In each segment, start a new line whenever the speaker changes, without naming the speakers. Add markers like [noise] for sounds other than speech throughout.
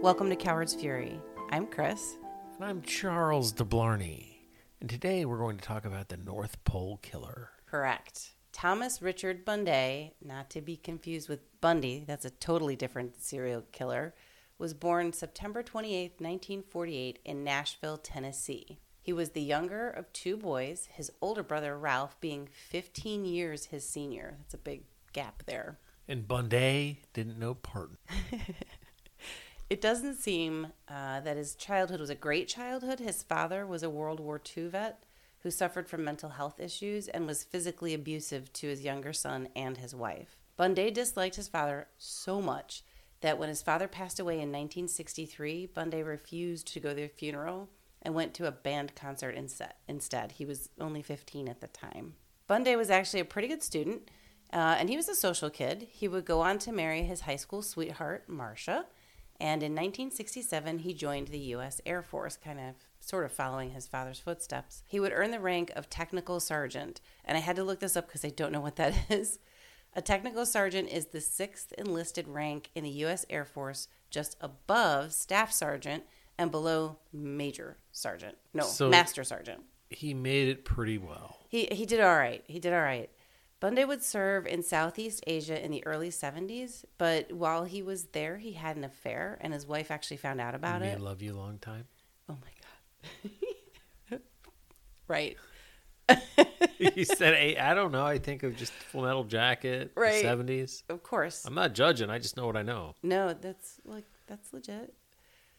Welcome to Coward's Fury. I'm Chris.
And I'm Charles DeBlarney. And today we're going to talk about the North Pole Killer.
Correct. Thomas Richard Bundy, not to be confused with Bundy, that's a totally different serial killer, was born September 28, 1948, in Nashville, Tennessee. He was the younger of two boys, his older brother Ralph being 15 years his senior. That's a big gap there.
And Bundy didn't know pardon.
It doesn't seem uh, that his childhood was a great childhood. His father was a World War II vet who suffered from mental health issues and was physically abusive to his younger son and his wife. Bundy disliked his father so much that when his father passed away in 1963, Bundy refused to go to the funeral and went to a band concert inse- instead. He was only 15 at the time. Bundy was actually a pretty good student, uh, and he was a social kid. He would go on to marry his high school sweetheart, Marcia, and in 1967, he joined the U.S. Air Force, kind of sort of following his father's footsteps. He would earn the rank of technical sergeant, and I had to look this up because I don't know what that [laughs] is. A technical sergeant is the sixth enlisted rank in the U.S. Air Force, just above staff sergeant and below major sergeant. No,
So-
master sergeant.
He made it pretty well.
He he did all right. He did all right. Bundy would serve in Southeast Asia in the early 70s, but while he was there, he had an affair, and his wife actually found out
I
about
may
it.
love you long time. [laughs]
oh my god! [laughs] right,
you said, hey, I don't know. I think of just Full Metal Jacket,
Right.
the 70s.
of course.
I'm not judging. I just know what I know.
no, that's like that's legit.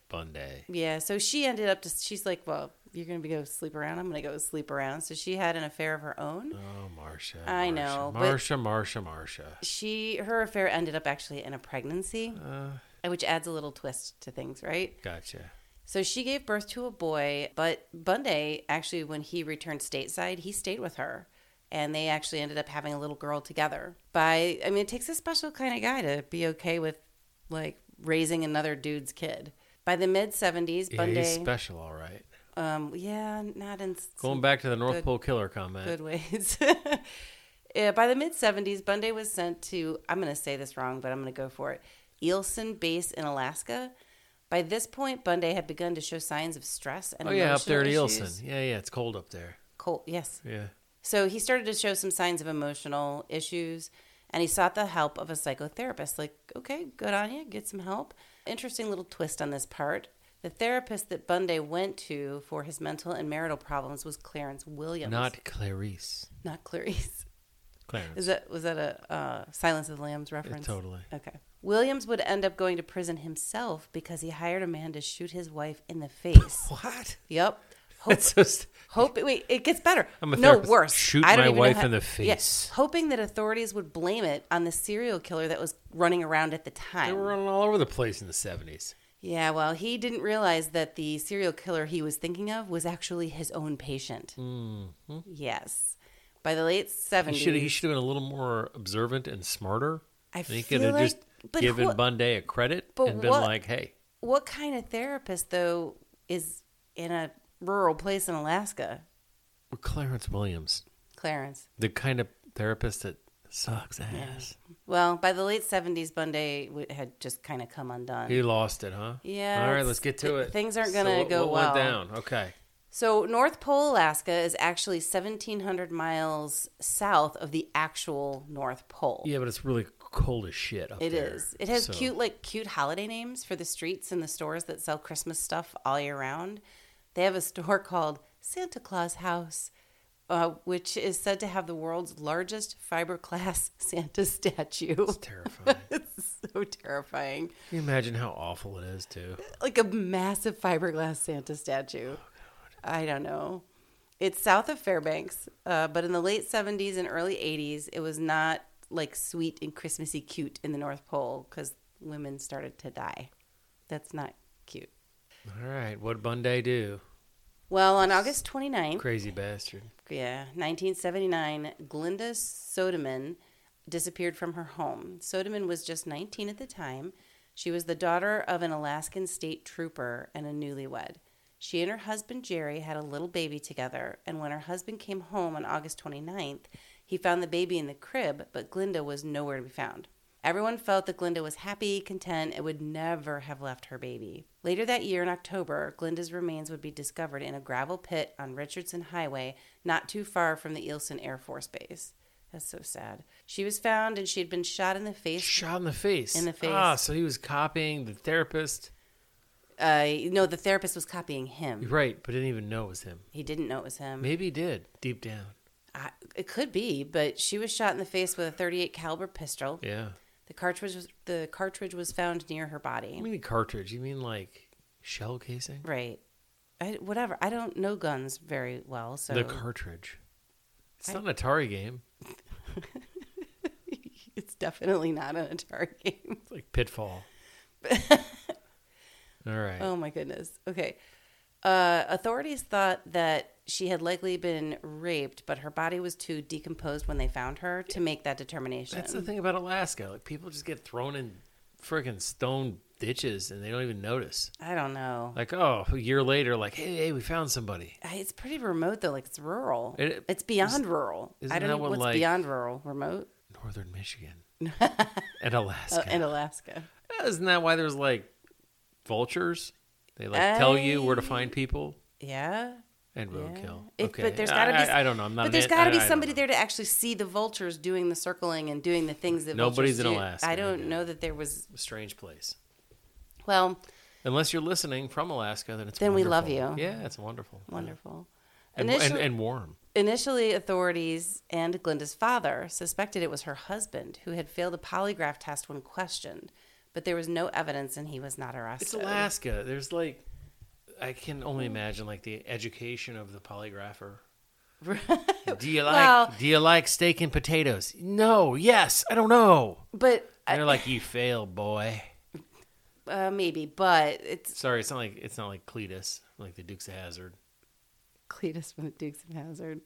Bundy.
Yeah. So she ended up just she's like, well, you're gonna be go sleep around. I'm gonna go sleep around. So she had an affair of her own.
Oh, Marcia.
I
Marcia,
know, but-
Marcia, Marcia, Marcia.
She her affair ended up actually in a pregnancy,
Uh,
which adds a little twist to things, right?
gotcha.
So she gave birth to a boy, but Bundy actually, when he returned stateside, he stayed with her. And they actually ended up having a little girl together. By, I mean, it takes a special kind of guy to be okay with like raising another dude's kid. By the mid 70s,
Yeah, he's
Bundy,
special, all right.
um, yeah, not in s-
Going back to the North
Good-
Pole Killer comment.
good ways. [laughs] yeah, by the mid 70s, Bundy was sent to, I'm going to say this wrong, but I'm going to go for it, Eelson Base in Alaska. By this point, Bundy had begun to show signs of stress and
Oh, yeah, up there at
emotional issues.
Eelson. Yeah, yeah, it's cold up there.
Cold, yes.
Yeah.
So he started to show some signs of emotional issues and he sought the help of a psychotherapist. Like, okay, good on you, get some help. Interesting little twist on this part. The therapist that Bundy went to for his mental and marital problems was Clarence Williams.
Not Clarice.
not Clarice.
Clarence.
Is that was that a uh, Silence of the Lambs reference?
totally.
Okay. Williams would end up going to prison himself because he hired a man to shoot his wife in the
[laughs]
face. [laughs]
What?
yep. Hope,
That's just
hope. Wait, it gets better.
I'm a
no
therapist.
worse.
Shoot
I don't
my
even know
wife
how-
in the
Yeah.
face.
hoping that authorities would blame it on the serial killer that was running around at the time.
they were running all over the place in the seventies.
Yeah, well, he didn't realize that the serial killer he was thinking of was actually his own patient. Yes. By the late
Mm-hmm. He
Mm. seventies,
should he should have been a little more observant and smarter.
I
And he
feel
could have
like-
just
but
given
what-
Bundy a credit
but
and been
what-
like, "Hey,
what kind of therapist though is in a rural place in Alaska,
we're Clarence Williams,
Clarence?
the kind of therapist that sucks ass."
Well, by the late seventies, Bundy w- had just kind of come undone.
He lost it, huh?
Yeah,
All right,
it's-
let's get to
th-
it.
things aren't
So
gonna
what-
go
what went
well.
down. Okay.
So North Pole, Alaska, is actually seventeen hundred miles south of the actual North Pole.
Yeah, but it's really cold as shit up
It is.
there.
It has
So-
cute, like cute holiday names for the streets and the stores that sell Christmas stuff all year round. They have a store [laughs] called Santa Claus House, uh, which is said to have the world's largest fiberglass [laughs] Santa statue.
It's terrifying.
[laughs] it's so terrifying,
Can you imagine how awful it is too?
like a massive fiberglass Santa statue. I don't know. It's south of Fairbanks, uh, but in the late '70s and early '80s, it was not like sweet and Christmassy cute in the North Pole because women started to die. That's not cute.
All right, what would Bundy do?
Well, on August 29th,
Crazy bastard.
yeah, 1979, Glinda Sodeman disappeared from her home. Sodeman was just 19 at the time. She was the daughter of an Alaskan state trooper and a newlywed. She and her husband Jerry had a little baby together, and when her husband came home on August 29th, he found the baby in the crib, but Glinda was nowhere to be found. Everyone felt that Glinda was happy, content, and would never have left her baby. Later that year, in October, Glinda's remains would be discovered in a gravel pit on Richardson Highway, not too far from the Eilson Air Force Base. That's so sad. She was found and she had been shot in the face.
Shot in the face.
In the face.
Ah, so he was copying the therapist.
Uh, no, the therapist was copying him.
You're right, but didn't even know it was him.
He didn't know it was him.
Maybe he did deep down.
I, it could be, but she was shot in the face with a 38 caliber pistol.
Yeah.
The cartridge was the cartridge was found near her body.
You mean a cartridge? You mean like shell casing?
Right. I, whatever. I don't know guns very well, so
The cartridge. It's
I-
not an Atari game.
it's definitely not an Atari [laughs] game.
It's
[laughs]
like Pitfall. All right.
Oh my goodness. Okay. Uh, authorities thought that she had likely been raped, but her body was too decomposed when they found her to make that determination.
That's the thing about Alaska. Like people just get thrown in freaking stone ditches and they don't even notice.
I don't know.
Like, oh, a year later, like, hey, hey, we found somebody.
I- it's pretty remote though. Like it's rural.
It-
it's beyond rural.
isn't
I don't
that
know
what,
what's
like-
beyond rural. Remote
Northern
[laughs]
Michigan and
uh,
Alaska.
in Alaska.
Isn't that why there's like vultures? They like tell you where to
I-
find people
Yeah.
and
yeah.
roadkill.
It-
okay,
But there's
I-
got to be.
I, I don't know. I'm not.
But
an
there's
it-
got to
I-
be
I don't
somebody
know.
there to actually see the vultures doing the circling and doing the things that
Nobody's
vultures
in
do.
Alaska,
I don't
yeah.
know that there was.
A strange place.
Well,
Unless you're listening from Alaska, then it's
Then we love
wonderful.
you.
Yeah, it's wonderful.
wonderful.
And,
Initially-
and, and warm.
Initially, authorities and Glinda's father suspected it was her husband who had failed a polygraph test when questioned, but there was no evidence and he was not arrested.
It's Alaska. There's like, I can only imagine like the education of
[laughs]
the polygrapher. Do you like
Well-
Do you like steak and potatoes? No. Yes. I don't know.
[laughs] but
And they're like, you failed, boy.
uh, maybe, but it's
Sorry, it's not like it's not like Cletus, like the Dukes of Hazard.
Cletus from the Dukes of Hazard.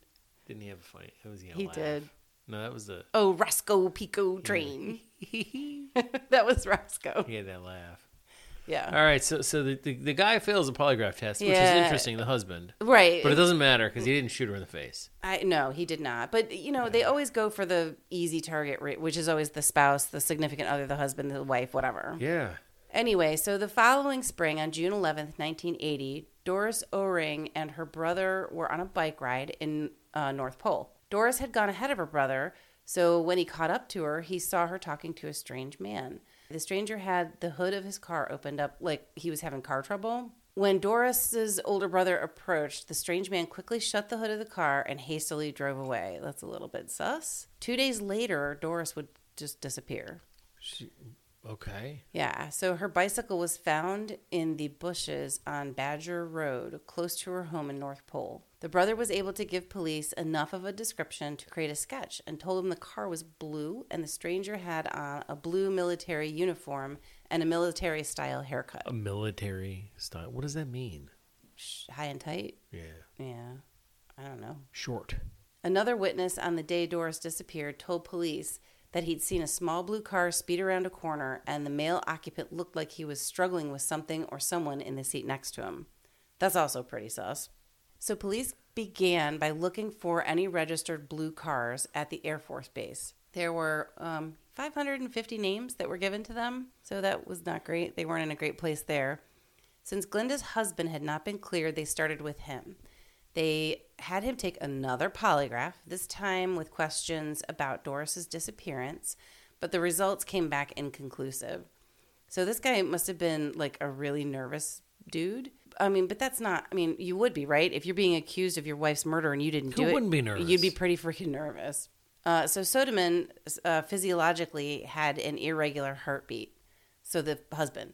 Didn't he have a funny? That was he.
He
laugh.
did.
No, that was the.
Oh, Roscoe Pico Train. [laughs]
he
that was Roscoe.
had that laugh.
Yeah.
All right, so so the the, the guy fails a polygraph test, which
Yeah.
is interesting. The husband,
Right.
but it doesn't matter because he didn't shoot her in the face.
I no, he did not. But you know, they always go for the easy target, ra- which is always the spouse, the significant other, the husband, the wife, whatever.
Yeah.
Anyway, so the following spring, on June 11th, 1980, Doris O-Ring and her brother were on a bike ride in uh, North Pole. Doris had gone ahead of her brother, so when he caught up to her, he saw her talking to a strange man. The stranger had the hood of his car opened up like he was having car trouble. When Doris's older brother approached, the strange man quickly shut the hood of the car and hastily drove away. That's a little bit sus. Two days later, Doris would just disappear.
She, okay.
Yeah, so her bicycle was found in the bushes on Badger Road, close to her home in North Pole. The brother was able to give police enough of a description to create a sketch and told them the car was blue and the stranger had on a blue military uniform and a military style haircut.
A military style. What does that mean?
Sh- High and tight?
Yeah.
Yeah, I don't know.
Short.
Another witness on the day Doris disappeared told police that he'd seen a small blue car speed around a corner and the male occupant looked like he was struggling with something or someone in the seat next to him. That's also pretty sus. So police began by looking for any registered blue cars at the Air Force Base. There were um, 550 names that were given to them, so that was not great. They weren't in a great place there. Since Glinda's husband had not been cleared, they started with him. They had him take another polygraph, this time with questions about Doris's disappearance, but the results came back inconclusive. So this guy must have been like a really nervous dude. I mean, but that's not. I mean, you would be right if you're being accused of your wife's murder and you didn't
Who
do it.
wouldn't be nervous?
You'd be pretty freaking nervous. Uh, so Soderman uh, physiologically had an irregular heartbeat. So the husband,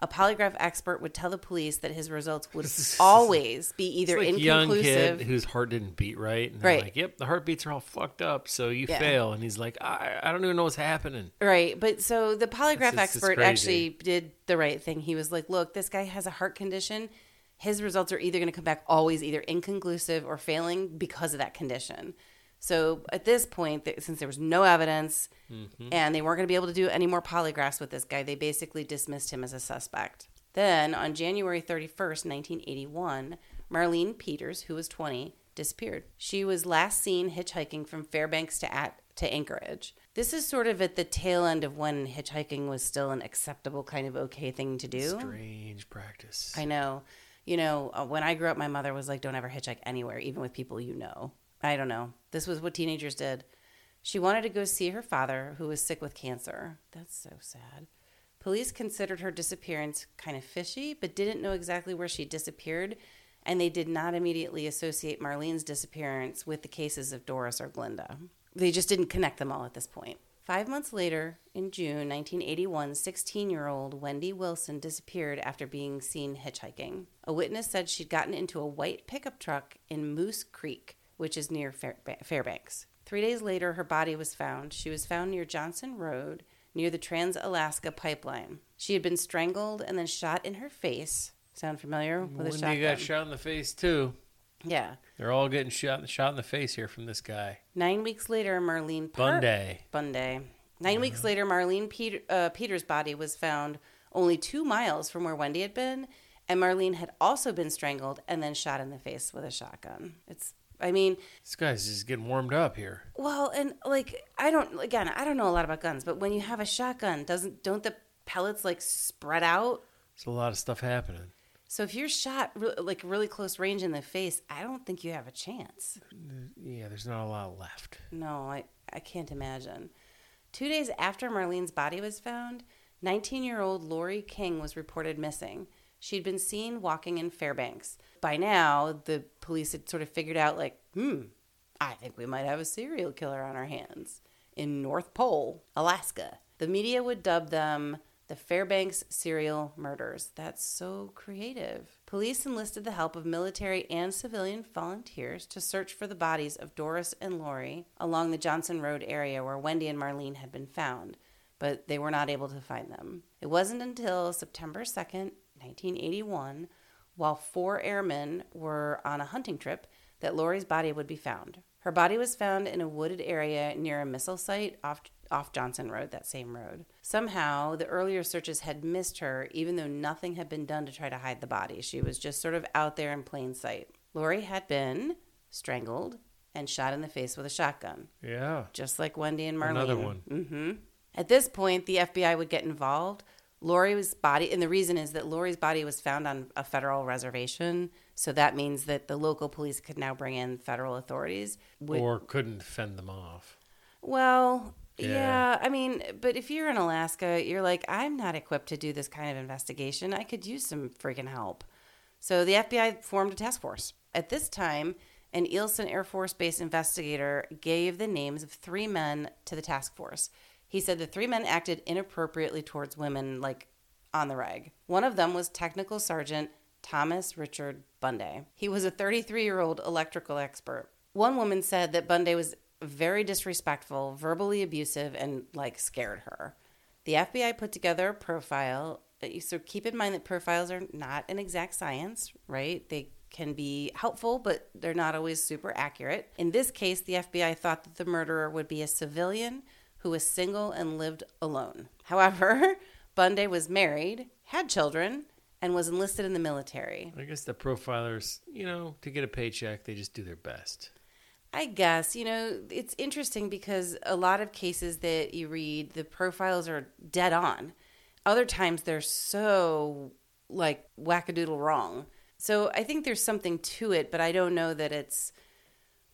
a polygraph expert, would tell the police that his results
[laughs]
would always be either
It's like young
inconclusive.
kid whose heart didn't beat right. And they're
Right.
Like, yep, the heartbeats are all fucked up, so you
Yeah.
fail. And he's like, I, I don't even know what's happening.
Right, but so the polygraph
It's just- it's
expert
crazy.
actually did the right thing. He was like, "Look, this guy has a heart condition. His results are either going to come back always either inconclusive or failing because of that condition." So at this point, th- since there was no evidence
Mm-hmm.
and they weren't going to be able to do any more polygraphs with this guy, they basically dismissed him as a suspect. Then on January 31st, 1981, Marlene Peters, who was 20, disappeared. She was last seen hitchhiking from Fairbanks to At- to Anchorage. This is sort of at the tail end of when hitchhiking was still an acceptable kind of okay thing to do.
Strange practice.
I know. You know, uh, when I grew up, my mother was like, don't ever hitchhike anywhere, even with people you know. I don't know. This was what teenagers did. She wanted to go see her father, who was sick with cancer. That's so sad. Police considered her disappearance kind of fishy, but didn't know exactly where she disappeared, and they did not immediately associate Marlene's disappearance with the cases of Doris or Glinda. They just didn't connect them all at this point. Five months later, in June 1981, 16 year old Wendy Wilson disappeared after being seen hitchhiking. A witness said she'd gotten into a white pickup truck in Moose Creek, which is near Fair- Fairbanks. Three days later, her body was found. She was found near Johnson Road, near the Trans Alaska Pipeline. She had been strangled and then shot in her face. Sound familiar? With a
When
shotgun.
you got shot in the face too.
Yeah.
They're all getting shot shot in the face here from this guy.
Nine weeks later, Marlene Park.
Bunday.
Bunday. 9 weeks later, Marlene Peter, uh, Peters' body was found only two miles from where Wendy had been, and Marlene had also been strangled and then shot in the face with a shotgun. It's, I mean,
This guy's just getting warmed up here.
well, and like I don't, again, I don't know a lot about guns, but when you have a shotgun, doesn't don't the pellets like spread out?
There's a lot of stuff happening.
So if you're shot re- like really close range in the face, I don't think you have a chance.
Yeah, there's not a lot left.
No, I, I can't imagine. Two days after Marlene's body was found, 19 year old Lori King was reported missing. She'd been seen walking in Fairbanks. By now, the police had sort of figured out, like, hmm, I think we might have a serial killer on our hands in North Pole, Alaska. The media would dub them the Fairbanks serial murders. That's so creative. Police enlisted the help of military and civilian volunteers to search for the bodies of Doris and Lori along the Johnson Road area where Wendy and Marlene had been found, but they were not able to find them. It wasn't until September 2nd, 1981, while four airmen were on a hunting trip, that Lori's body would be found. Her body was found in a wooded area near a missile site off, off Johnson Road, that same road. Somehow, the earlier searches had missed her, even though nothing had been done to try to hide the body. She was just sort of out there in plain sight. Lori had been strangled and shot in the face with a shotgun
Yeah.
just like Wendy and Marlene.
Another one.
hmm At this point, the FBI would get involved. Lori's body, and the reason is that Lori's body was found on a federal reservation, so that means that the local police could now bring in federal authorities. Would-
Or couldn't fend them off.
well, yeah.
Yeah.
I mean, but if you're in Alaska, you're like, I'm not equipped to do this kind of investigation. I could use some freaking help. So the FBI formed a task force. At this time, an Eilson Air Force Base investigator gave the names of three men to the task force. He said the three men acted inappropriately towards women, like on the rag. One of them was Technical Sergeant Thomas Richard Bunday. He was a 33 year old electrical expert. One woman said that Bunday was very disrespectful, verbally abusive, and like scared her. The FBI put together a profile. uh, So keep in mind that profiles are not an exact science, right? They can be helpful, but they're not always super accurate. In this case, the FBI thought that the murderer would be a civilian who was single and lived alone. However, Bundy was married, had children, and was enlisted in the military.
I guess the profilers, you know, to get a paycheck, they just do their best.
I guess, you know, it's interesting because a lot of cases that you read, the profiles are dead on. Other times they're so like wackadoodle wrong. So I think there's something to it, but I don't know that it's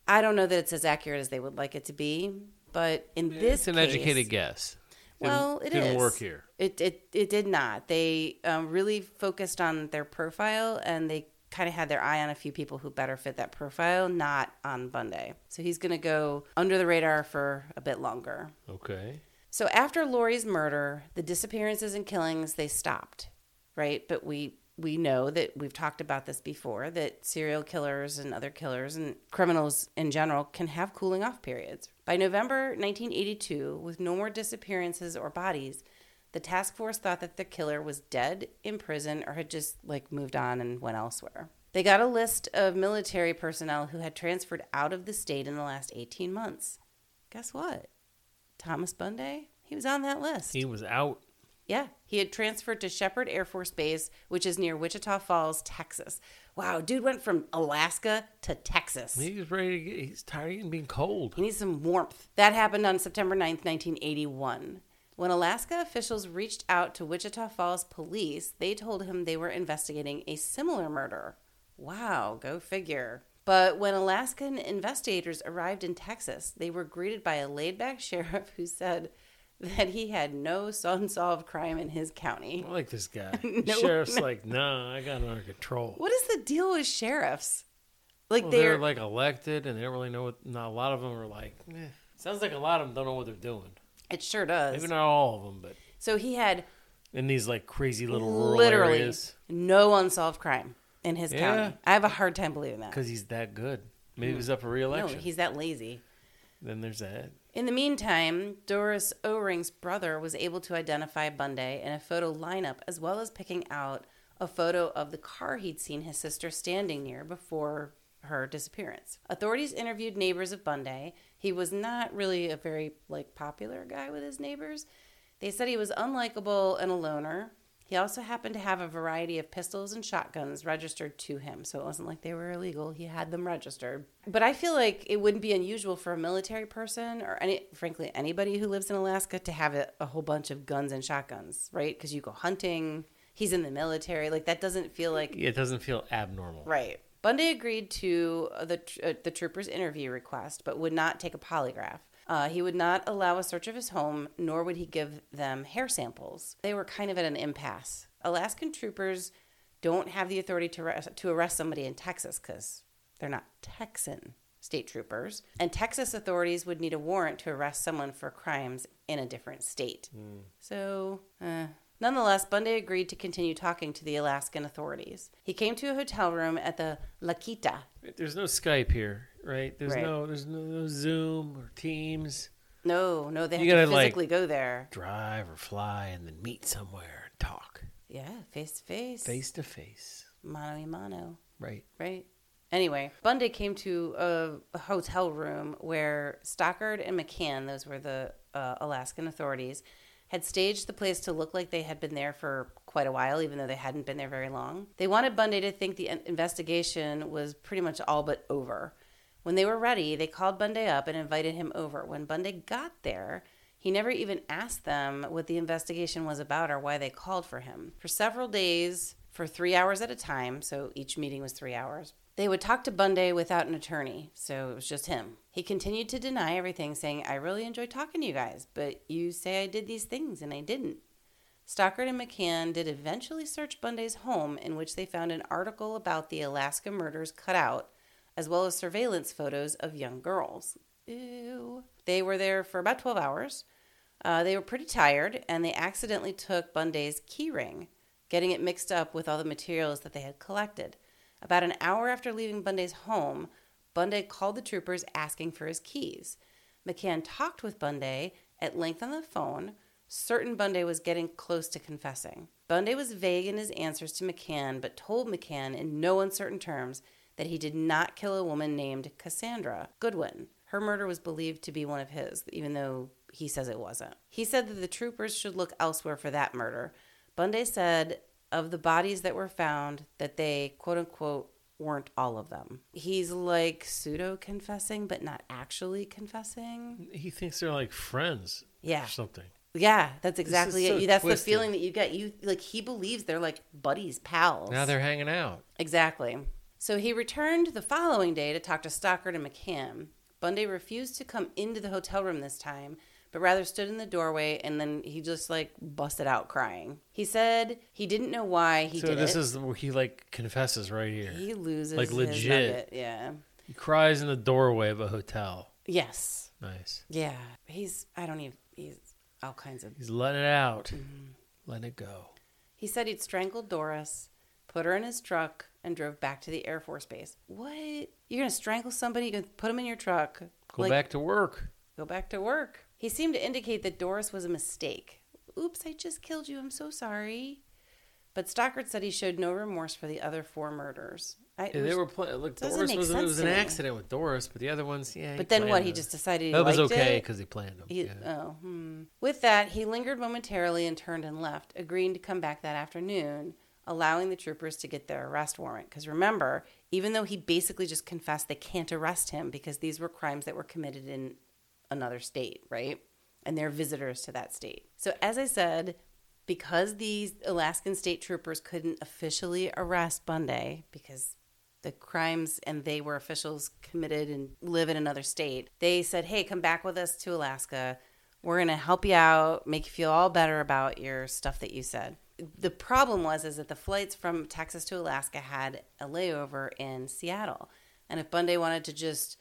I don't know that it's as accurate as they would like it to be. But in this
it's an
case,
educated guess. Didn't-
well, it
didn't
is.
work here.
It it it did not. They um, really focused on their profile, and they kind of had their eye on a few people who better fit that profile, not on Bundy. So he's going to go under the radar for a bit longer.
Okay.
So after Lori's murder, the disappearances and killings they stopped, right? But we we know that we've talked about this before that serial killers and other killers and criminals in general can have cooling off periods. By November 1982, with no more disappearances or bodies, the task force thought that the killer was dead in prison or had just like moved on and went elsewhere. They got a list of military personnel who had transferred out of the state in the last 18 months. Guess what? Thomas Bundy, he was on that list.
He was out.
Yeah, he had transferred to Shepherd Air Force Base, which is near Wichita Falls, Texas. Wow, dude went from Alaska to Texas.
He's ready to get, he's tired of getting being cold.
He needs some warmth. That happened on September 9th, 1981. When Alaska officials reached out to Wichita Falls police, they told him they were investigating a similar murder. Wow, go figure. But when Alaskan investigators arrived in Texas, they were greeted by a laid back [laughs] sheriff who said that he had no unsolved crime in his county.
I like
[laughs]
this guy. The Sheriff's like, nah, I got it under control.
What is the deal with sheriffs? Like,
Well,
they're,
they're like elected, and they don't really know what. Not a lot of them are like. Eh. Sounds like a lot of them don't know what they're doing.
it sure does.
Maybe not all of them, but
So he had
in these like crazy little rural
literally
areas,
no unsolved crime in his
Yeah.
county. I have a hard time believing that.
because he's that good. Maybe he's up for
Hmm. No,
reelection.
he's that lazy.
then there's that.
In the meantime, Doris O'Ring's brother was able to identify Bundy in a photo lineup as well as picking out a photo of the car he'd seen his sister standing near before her disappearance. Authorities interviewed neighbors of Bundy. He was not really a very like popular guy with his neighbors. They said he was unlikable and a loner. He also happened to have a variety of pistols and shotguns registered to him, so it wasn't like they were illegal. He had them registered. But I feel like it wouldn't be unusual for a military person or any frankly anybody who lives in Alaska to have a, a whole bunch of guns and shotguns, right? Cuz you go hunting, he's in the military, like that doesn't feel like
It doesn't feel abnormal.
Right. Bundy agreed to uh, the tr- uh, the trooper's interview request, but would not take a polygraph. Uh, he would not allow a search of his home, nor would he give them hair samples. They were kind of at an impasse. Alaskan troopers don't have the authority to arrest, to arrest somebody in Texas because they're not Texan state troopers, and Texas authorities would need a warrant to arrest someone for crimes in a different state.
Hmm.
So, uh, nonetheless, Bundy agreed to continue talking to the Alaskan authorities. He came to a hotel room at the Lakita.
There's no Skype here, right? There's
Right.
no there's no, no Zoom or Teams.
No, no, they had
You
to
gotta, like-
physically go there.
Drive or fly, and then meet somewhere and talk
Yeah, face to face,
face to face.
mano a mano.
Right.
right? Anyway, Bundy came to a, a hotel room where Stockard and McCann, those were the uh, Alaskan authorities, had staged the place to look like they had been there for quite a while, even though they hadn't been there very long. They wanted Bundy to think the in- investigation was pretty much all but over. When they were ready, they called Bundy up and invited him over. When Bundy got there, he never even asked them what the investigation was about or why they called for him. For several days, for three hours at a time, so each meeting was three hours, they would talk to Bundy without an attorney, so it was just him. He continued to deny everything, saying, I really enjoy talking to you guys, but you say I did these things and I didn't. Stockard and McCann did eventually search Bundy's home, in which they found an article about the Alaska murders cut out, as well as surveillance photos of young girls. Ew. They were there for about 12 hours. Uh, they were pretty tired, and they accidentally took Bundy's key ring, getting it mixed up with all the materials that they had collected. About an hour after leaving Bundy's home, Bundy called the troopers asking for his keys. McCann talked with Bundy at length on the phone, certain Bundy was getting close to confessing. Bundy was vague in his answers to McCann, but told McCann in no uncertain terms that he did not kill a woman named Cassandra Goodwin. Her murder was believed to be one of his, even though he says it wasn't. He said that the troopers should look elsewhere for that murder. Bundy said of the bodies that were found that they, quote unquote, weren't all of them. He's like pseudo confessing, but not actually confessing.
He thinks they're like friends.
Yeah.
Or something.
Yeah, that's exactly
so
it. You- That's
twisted.
the feeling that you get. You like he believes they're like buddies, pals.
Now they're hanging out.
exactly. So he returned the following day to talk to Stockard and McCann. Bundy refused to come into the hotel room this time, but rather stood in the doorway and then he just like busted out crying. He said he didn't know why he
so
did
this
it.
is where he like confesses right here.
he loses
like,
his
legit.
nugget. Yeah.
He cries in the doorway of a hotel.
Yes.
Nice.
Yeah. He's. I don't even. He's all kinds of
He's letting it out.
Mm-hmm.
Letting it go.
He said he'd strangled Doris, put her in his truck, and drove back to the Air Force Base. What? You're going to strangle somebody? You're going to put them in your truck?
Go
Like,
back to work.
Go back to work. He seemed to indicate that Doris was a mistake. Oops, I just killed you. I'm so sorry. But Stockard said he showed no remorse for the other four murders. I,
Yeah,
which-
they were playing. Look,
doesn't
Doris
make
was it
sense
was
to
an
me.
accident with Doris, but the other ones, yeah.
but then what?
planned
He
it.
just decided he
that was
liked
okay
it?
because he planned them.
He,
yeah.
Oh, hmm. With that, he lingered momentarily and turned and left, agreeing to come back that afternoon, allowing the troopers to get their arrest warrant. Because remember, even though he basically just confessed, they can't arrest him because these were crimes that were committed in another state, right? And they're visitors to that state. So, as I said, because these Alaskan state troopers couldn't officially arrest Bundy because the crimes and they were officials committed and live in another state. They said, "Hey, come back with us to Alaska. We're going to help you out, make you feel all better about your stuff that you said." The problem was is that the flights from Texas to Alaska had a layover in Seattle. And if Bundy wanted to just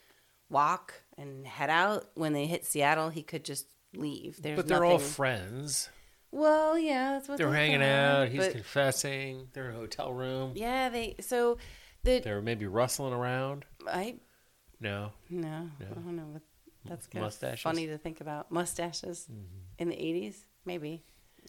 walk and head out when they hit Seattle, he could just leave. There's
but they're all
nothing-
friends.
well, yeah, that's what
They're
they
hanging
thought,
out. He's
but-
confessing. They're in a hotel room.
yeah, they so the
They're maybe rustling around.
I
No,
No,
Yeah.
I don't know. What, that's kind
mustaches? Mm-hmm.
of funny to think about. Mustaches in the 80s, maybe.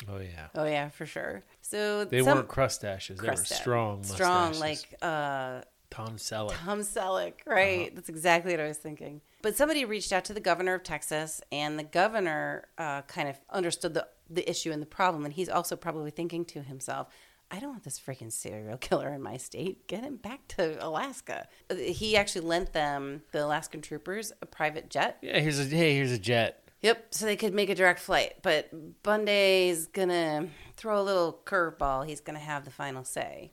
oh yeah,
Oh, yeah, for sure. So
they
some-
weren't crustaceous. They were
crust-
strong,
Strong,
mustaches.
like uh,
Tom Selleck.
Tom Selleck, right? That's exactly what I was thinking. But somebody reached out to the governor of Texas, and the governor uh, kind of understood the, the issue and the problem. And he's also probably thinking to himself, I don't want this freaking serial killer in my state. Get him back to Alaska. Uh, He actually lent them, the Alaskan troopers, a private jet
Yeah, here's a hey, here's a jet.
Yep, so they could make a direct flight, but Bundy's gonna throw a little curveball. He's gonna have the final say.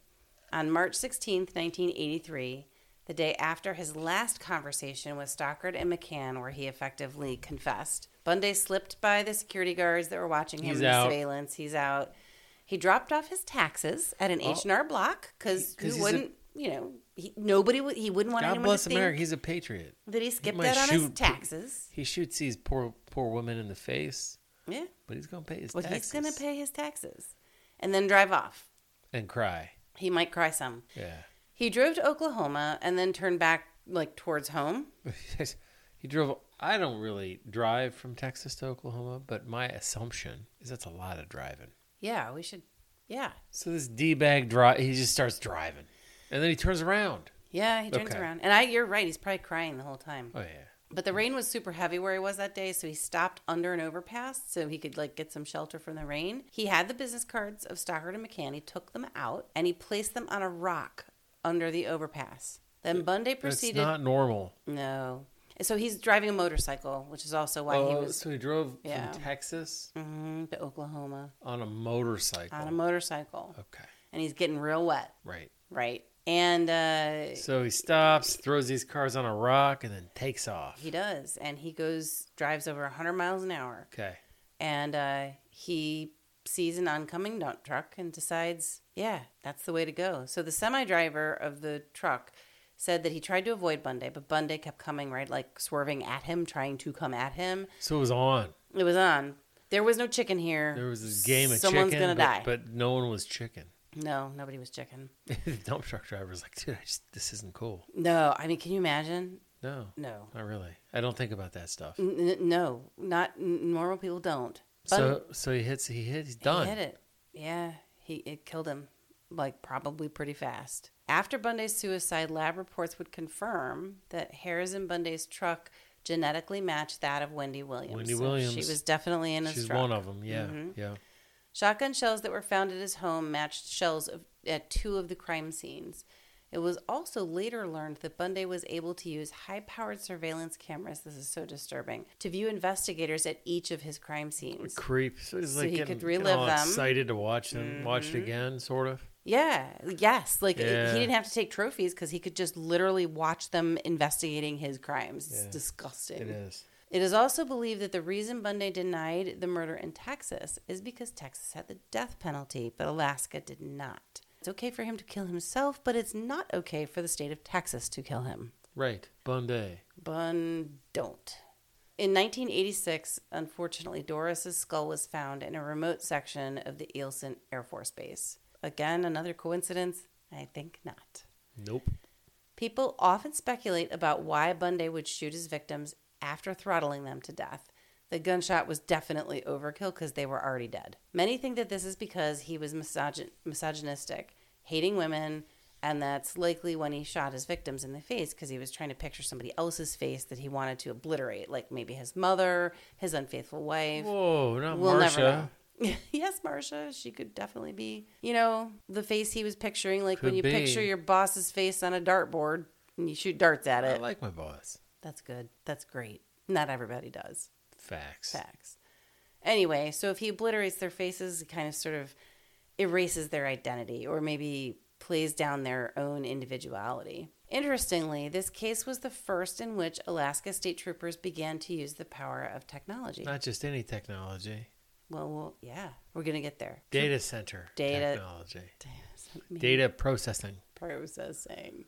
On March 16th, 1983, the day after his last conversation with Stockard and McCann, where he effectively confessed, Bundy slipped by the security guards that were watching him
He's
in the
out.
surveillance. He's out. He dropped off his taxes at an
Oh.
H and R Block because
'Cause he's
he
a-
wouldn't, you know, he, nobody would. He wouldn't want
God
anyone
bless
to think
America. He's a patriot.
that he skipped
might
that on his
shoot-
taxes.
He shoots these poor poor women in the face,
Yeah.
but he's gonna pay his
Well,
taxes.
he's going to pay his taxes and then drive off.
and cry.
He might cry some.
Yeah. [laughs]
He drove to Oklahoma and then turned back like towards home.
he drove. I don't really drive from Texas to Oklahoma, but my assumption is that's a lot of driving.
Yeah, we should. Yeah.
So this d bag drive, he just starts driving, and then he turns around.
Yeah, he turns
Okay.
around. And I you're right, he's probably crying the whole time.
Oh yeah,
But the rain was super heavy where he was that day, so he stopped under an overpass so he could like get some shelter from the rain. He had the business cards of Stockard and McCann. He took them out and he placed them on a rock under the overpass. Then Bundy
it's
proceeded.
not normal.
no. So he's driving a motorcycle, which is also why he
oh,
was
so he drove
Yeah.
from Texas
hmm to Oklahoma
on a motorcycle.
on a motorcycle,
okay,
and he's getting real wet,
right.
right? And uh,
So he stops, throws these cars on a rock, and then takes off.
he does, and he goes drives over 100 miles an hour,
Okay,
and uh, he sees an oncoming dump truck and decides, yeah, that's the way to go. So the semi driver of the truck said that he tried to avoid Bundy, but Bundy kept coming right, like swerving at him, trying to come at him.
so it was on.
It was on. There was no chicken here.
There was this game of
Someone's
chicken,
gonna
but,
die.
but no one was chicken. [laughs]
No, nobody was chicken.
the dump truck driver was like, "Dude, I just this isn't cool."
No, I mean, can you imagine?
No,
No.
Not really. I don't think about that stuff.
N- n- no, not n- normal people don't.
So so he hits he hit he's
Bun-
done.
he hit it. Yeah, he it killed him, like probably pretty fast. After Bundy's suicide, lab reports would confirm that hairs in Bundy's truck genetically matched that of Wendy Williams.
Wendy
So
Williams.
She was definitely in his
She's
truck.
one of them. Yeah,
Mhm.
yeah.
Shotgun shells that were found at his home matched shells of, at two of the crime scenes. It was also later learned that Bundy was able to use high powered surveillance cameras, this is so disturbing, to view investigators at each of his crime scenes.
Creep. So he's
So
like
he
getting,
could
getting
relive
all
them. Mm-hmm.
excited to watch them, watch it again, sort of.
Yeah, yes. Like
Yeah.
he didn't have to take trophies because he could just literally watch them investigating his crimes. It's
Yeah.
disgusting.
It is.
It is also believed that the reason Bundy denied the murder in Texas is because Texas had the death penalty, but Alaska did not. It's okay for him to kill himself, but it's not okay for the state of Texas to kill him.
Right. Bundy.
Bun don't. In 1986, unfortunately, Doris's skull was found in a remote section of the Eelson Air Force Base. Again, another coincidence? I think not.
Nope.
People often speculate about why Bundy would shoot his victims after throttling them to death, The gunshot was definitely overkill because they were already dead. Many think that this is because he was misogyn- misogynistic, hating women, and that's likely when he shot his victims in the face because he was trying to picture somebody else's face that he wanted to obliterate, like maybe his mother, his unfaithful wife.
Whoa, not
We'll never
Marcia.
know. [laughs] yes, Marcia. She could definitely be, you know, the face he was picturing, like when
Could
you
be.
picture your boss's face on a dartboard and you shoot darts at
I
it.
like my boss.
That's good. That's great. Not everybody does.
Facts.
Facts. Anyway, so if he obliterates their faces, it kind of sort of erases their identity or maybe plays down their own individuality. Interestingly, this case was the first in which Alaska state troopers began to use the power of technology.
Not just any technology.
Well, well yeah, we're going to get there.
Data center
Data-
technology.
Damn, sent me
Data processing.
processing.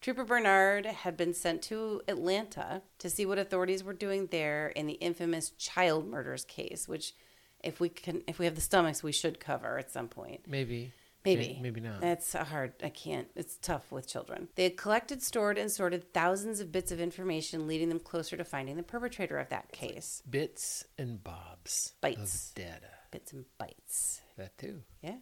Trooper Bernard had been sent to Atlanta to see what authorities were doing there in the infamous child murders case, which if we can if we have the stomachs we should cover at some point.
Maybe.
Maybe.
May- Maybe not.
That's a hard. I can't. It's tough with children. They had collected, stored, and sorted thousands of bits of information, leading them closer to finding the perpetrator of that case.
Bits and bobs.
Bites.
Of data.
Bits and bytes.
That too.
Yeah.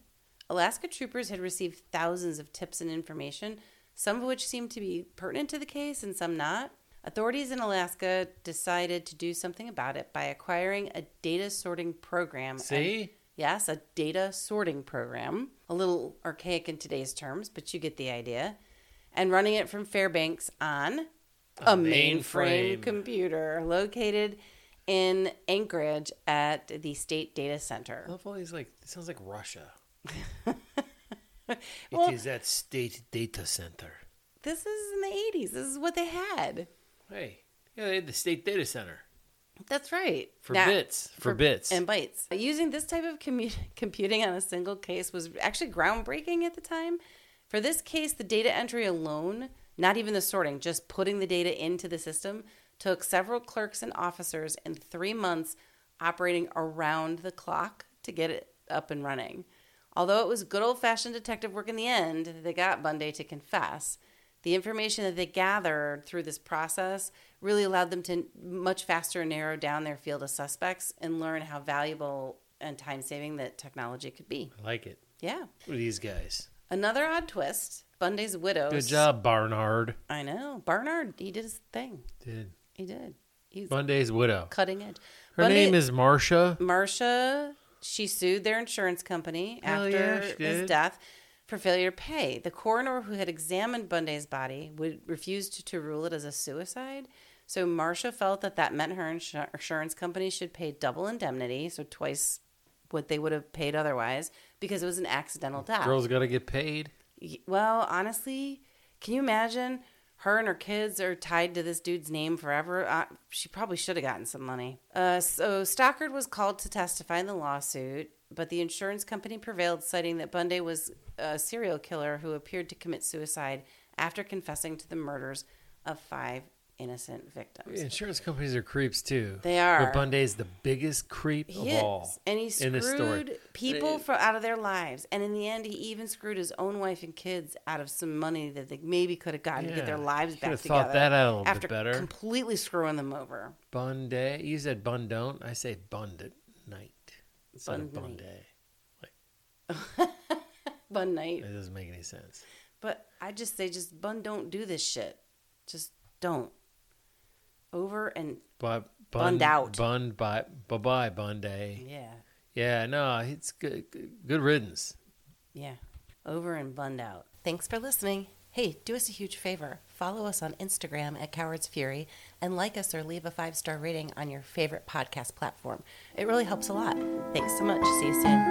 Alaska troopers had received thousands of tips and information, some of which seemed to be pertinent to the case and some not. Authorities in Alaska decided to do something about it by acquiring a data sorting program. and-
See?
yes, a data sorting program. A little archaic in today's terms, but you get the idea. And running it from Fairbanks on a, mainframe
mainframe.
computer located in Anchorage at the State Data Center.
I love all these like it sounds like
[laughs]
Russia.
Well-
it is that state data center.
This is in the 80s. This is what they had.
Hey. Yeah, they had the state data center.
That's right.
For
Now-
bits. For, bits.
And bytes. Using this type of commu- [laughs] computing on a single case was actually groundbreaking at the time. For this case, the data entry alone, not even the sorting, just putting the data into the system, took several clerks and officers and three months operating around the clock to get it up and running. Although it was good old fashioned detective work in the end, they got Bundy to confess. The information that they gathered through this process really allowed them to much faster narrow down their field of suspects and learn how valuable and time saving that technology could be.
I like it.
Yeah.
What are these guys?
Another odd twist Bundy's widow.
Good job, Barnard.
I know. Barnard, he did his thing.
Did
He did. He's
Monday's widow.
cutting edge.
Her
Bundy-
name is Marcia.
Marcia, she sued their insurance company
Hell
after
yeah, she
his
did.
death for failure to pay. The coroner who had examined Bundy's body would refused to, to rule it as a suicide. So Marcia felt that that meant her insu- insurance company should pay double indemnity, so twice what they would have paid otherwise, because it was an accidental death.
Girls gotta get paid.
Y- Well, honestly, can you imagine her and her kids are tied to this dude's name forever? Uh, she probably should have gotten some money. Uh, so Stockard was called to testify in the lawsuit, but the insurance company prevailed, citing that Bundy was a serial killer who appeared to commit suicide after confessing to the murders of five innocent victims.
Insurance companies are creeps too.
They are.
But Bunday's the biggest creep of
He
all.
is, and he
in this story.
screwed people from out of their lives, and in the end, he even screwed his own wife and kids out of some money that they maybe could have gotten to get their
Yeah,
lives
he
back
could've
together.
thought that out a little bit
after
better.
completely screwing them over.
Bunday. You said bun don't. I say bund at night. It's not a
Bun night.
Bunday.
Bun night,
It doesn't make any sense.
but I just say, just bun, don't do this shit. Just don't. Over and
But
Bunned out.
Bund by bye bye Bunday.
yeah,
Yeah, no, it's good. Good, good riddance.
yeah, over and bunned out. Thanks for listening. Hey, do us a huge favor. Follow us on Instagram at Cowards Fury and like us or leave a five star rating on your favorite podcast platform. It really helps a lot. Thanks so much. See you soon.